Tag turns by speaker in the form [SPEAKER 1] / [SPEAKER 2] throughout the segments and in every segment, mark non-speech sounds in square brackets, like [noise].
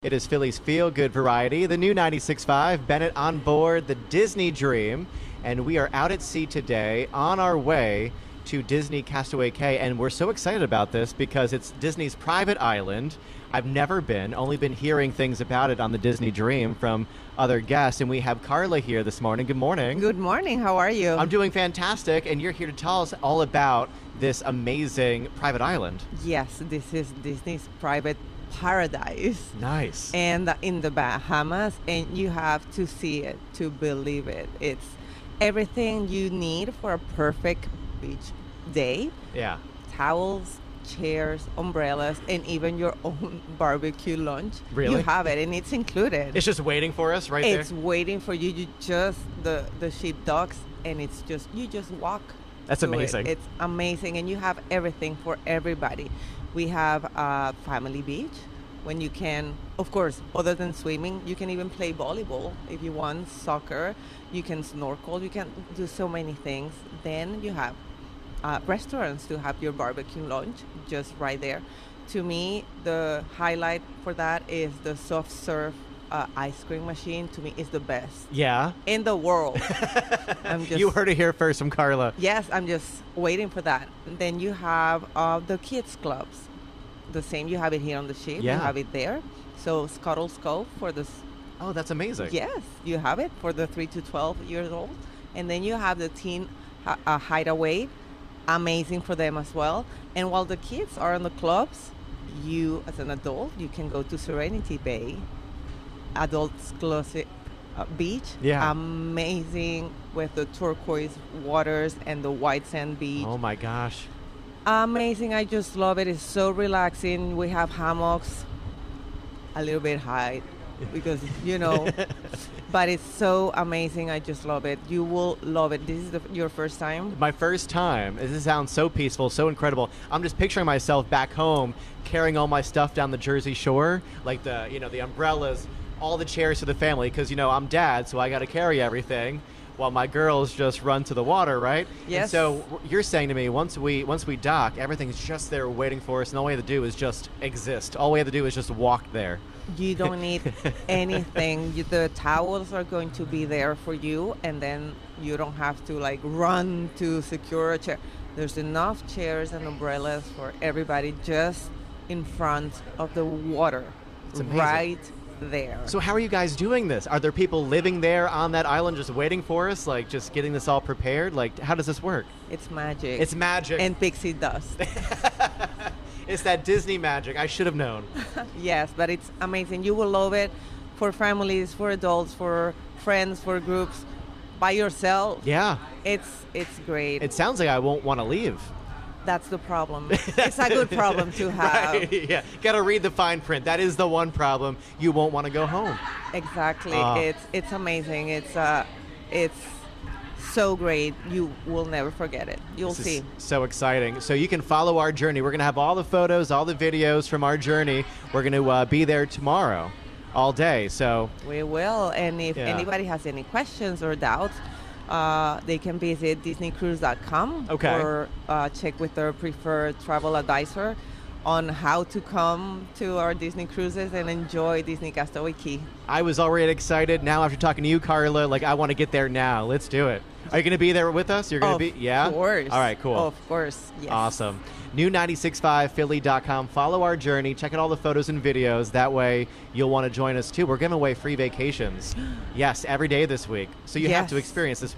[SPEAKER 1] It is Philly's feel good variety, the new 96.5, Bennett on board the Disney Dream. And we are out at sea today on our way to Disney Castaway Cay. And we're so excited about this because it's Disney's private island. I've never been, only been hearing things about it on the Disney Dream from other guests. And we have Carla here this morning. Good morning.
[SPEAKER 2] Good morning. How are you?
[SPEAKER 1] I'm doing fantastic, and you're here to tell us all about this amazing private island.
[SPEAKER 2] yes, this is Disney's private paradise.
[SPEAKER 1] Nice.
[SPEAKER 2] And in the Bahamas, and you have to see it to believe it. It's everything you need for a perfect beach day
[SPEAKER 1] yeah.
[SPEAKER 2] towels, chairs, umbrellas, and even your [laughs] own barbecue lunch.
[SPEAKER 1] Really?
[SPEAKER 2] You have it, and it's included.
[SPEAKER 1] It's just waiting for us right
[SPEAKER 2] It's
[SPEAKER 1] there.
[SPEAKER 2] waiting for you. You just the the ship docks, and it's just you just walk.
[SPEAKER 1] That's
[SPEAKER 2] to it.
[SPEAKER 1] amazing.
[SPEAKER 2] It's amazing, and you have everything for everybody. We have a family beach when you can, of course, other than swimming, you can even play volleyball if you want, soccer, you can snorkel, you can do so many things. Then you have uh, restaurants to have your barbecue lunch just right there. To me, the highlight for that is the soft serve uh, ice cream machine. To me, is the best
[SPEAKER 1] Yeah.
[SPEAKER 2] in the
[SPEAKER 1] [laughs]
[SPEAKER 2] world. I'm just,
[SPEAKER 1] you heard it here first from Carla.
[SPEAKER 2] Yes, I'm just waiting for that. Then you have uh, the kids clubs. The same, you have it here on the ship.
[SPEAKER 1] Yeah.
[SPEAKER 2] You have it there. So Scuttle's Cove for the s-
[SPEAKER 1] Oh, that's amazing.
[SPEAKER 2] Yes, you have it for the 3 to 12 years old. And then you have the teen hi- uh, hideaway, amazing for them as well. And while the kids are in the clubs, you as an adult, you can go to Serenity Bay, adults closet uh, beach.
[SPEAKER 1] Yeah.
[SPEAKER 2] Amazing with the turquoise waters and the white sand beach.
[SPEAKER 1] Oh my gosh.
[SPEAKER 2] Amazing. I just love it. It's so relaxing. We have hammocks a little bit high because,
[SPEAKER 1] [laughs]
[SPEAKER 2] you know, but it's so amazing. I just love it. You will love it. This is the, your first time.
[SPEAKER 1] My first time. This sounds so peaceful, so incredible. I'm just picturing myself back home carrying all my stuff down the Jersey Shore, like the, you know, the umbrellas, all the chairs for the family because you know, I'm dad, so I got to carry everything while my girls just run to the water, right? And
[SPEAKER 2] Yes.
[SPEAKER 1] so w- you're saying to me once we once we dock, everything's just there waiting for us and all we have to do is just exist. All we have to do is just walk there.
[SPEAKER 2] You
[SPEAKER 1] [laughs]
[SPEAKER 2] don't need anything. You, the towels are going to be there for you, and then you don't have to like run to secure a chair. There's enough chairs and umbrellas for everybody just in front of the water,
[SPEAKER 1] It's amazing.
[SPEAKER 2] right there.
[SPEAKER 1] So how are you guys doing this? Are there people living there on that island just waiting for us, like just getting this all prepared? Like how does this work?
[SPEAKER 2] It's magic.
[SPEAKER 1] It's magic.
[SPEAKER 2] and
[SPEAKER 1] [laughs]
[SPEAKER 2] pixie dust.
[SPEAKER 1] it's that Disney magic. I should have known.
[SPEAKER 2] yes, but it's amazing. You will love it for families, for adults, for friends, for groups, by yourself.
[SPEAKER 1] Yeah.
[SPEAKER 2] It's it's great.
[SPEAKER 1] It sounds like I won't want to leave.
[SPEAKER 2] That's
[SPEAKER 1] [laughs]
[SPEAKER 2] the problem. it's a good problem to have.
[SPEAKER 1] Right? [laughs] Yeah. Got to read the fine print. That is the one problem. You won't want to go home.
[SPEAKER 2] Exactly.
[SPEAKER 1] Ah.
[SPEAKER 2] It's it's amazing. It's uh it's so great. You will never forget it. You'll
[SPEAKER 1] This
[SPEAKER 2] see.
[SPEAKER 1] is so exciting. So you can follow our journey. We're going to have all the photos, all the videos from our journey. We're going to uh, be there tomorrow all day. So
[SPEAKER 2] We will. And if
[SPEAKER 1] Yeah.
[SPEAKER 2] anybody has any questions or doubts, uh, they can visit disneycruise.com
[SPEAKER 1] Okay.
[SPEAKER 2] or uh, check with their preferred travel advisor. on how to come to our Disney cruises and enjoy Disney Castaway Key.
[SPEAKER 1] I was already excited. Now after talking to you, Carla, like I want to get there now. Let's do it. Are you going to be there with us? You're going
[SPEAKER 2] of
[SPEAKER 1] to be, yeah.
[SPEAKER 2] course.
[SPEAKER 1] All right, cool.
[SPEAKER 2] Of course, yes.
[SPEAKER 1] Awesome. New 965philly.com. Follow our journey. Check out all the photos and videos. That way you'll want to join us too. We're giving away free
[SPEAKER 2] [gasps]
[SPEAKER 1] vacations. Yes, every day this week. So you have to
[SPEAKER 2] Yes.
[SPEAKER 1] experience this.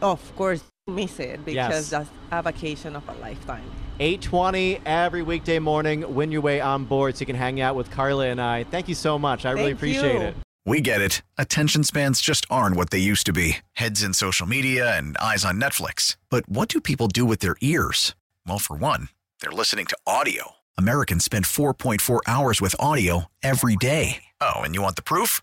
[SPEAKER 2] Of course, miss it
[SPEAKER 1] Yes.
[SPEAKER 2] because that's a vacation of a lifetime.
[SPEAKER 1] 820 every weekday morning. Win your way on board so you can hang out with Carla and I. Thank you so much. I really
[SPEAKER 2] Thank
[SPEAKER 1] appreciate
[SPEAKER 2] you.
[SPEAKER 1] it.
[SPEAKER 3] We get it. Attention spans just aren't what they used to be heads in social media and eyes on Netflix. But what do people do with their ears? Well, for one, they're listening to audio. Americans spend 4.4 hours with audio every day. Oh, and you want the proof?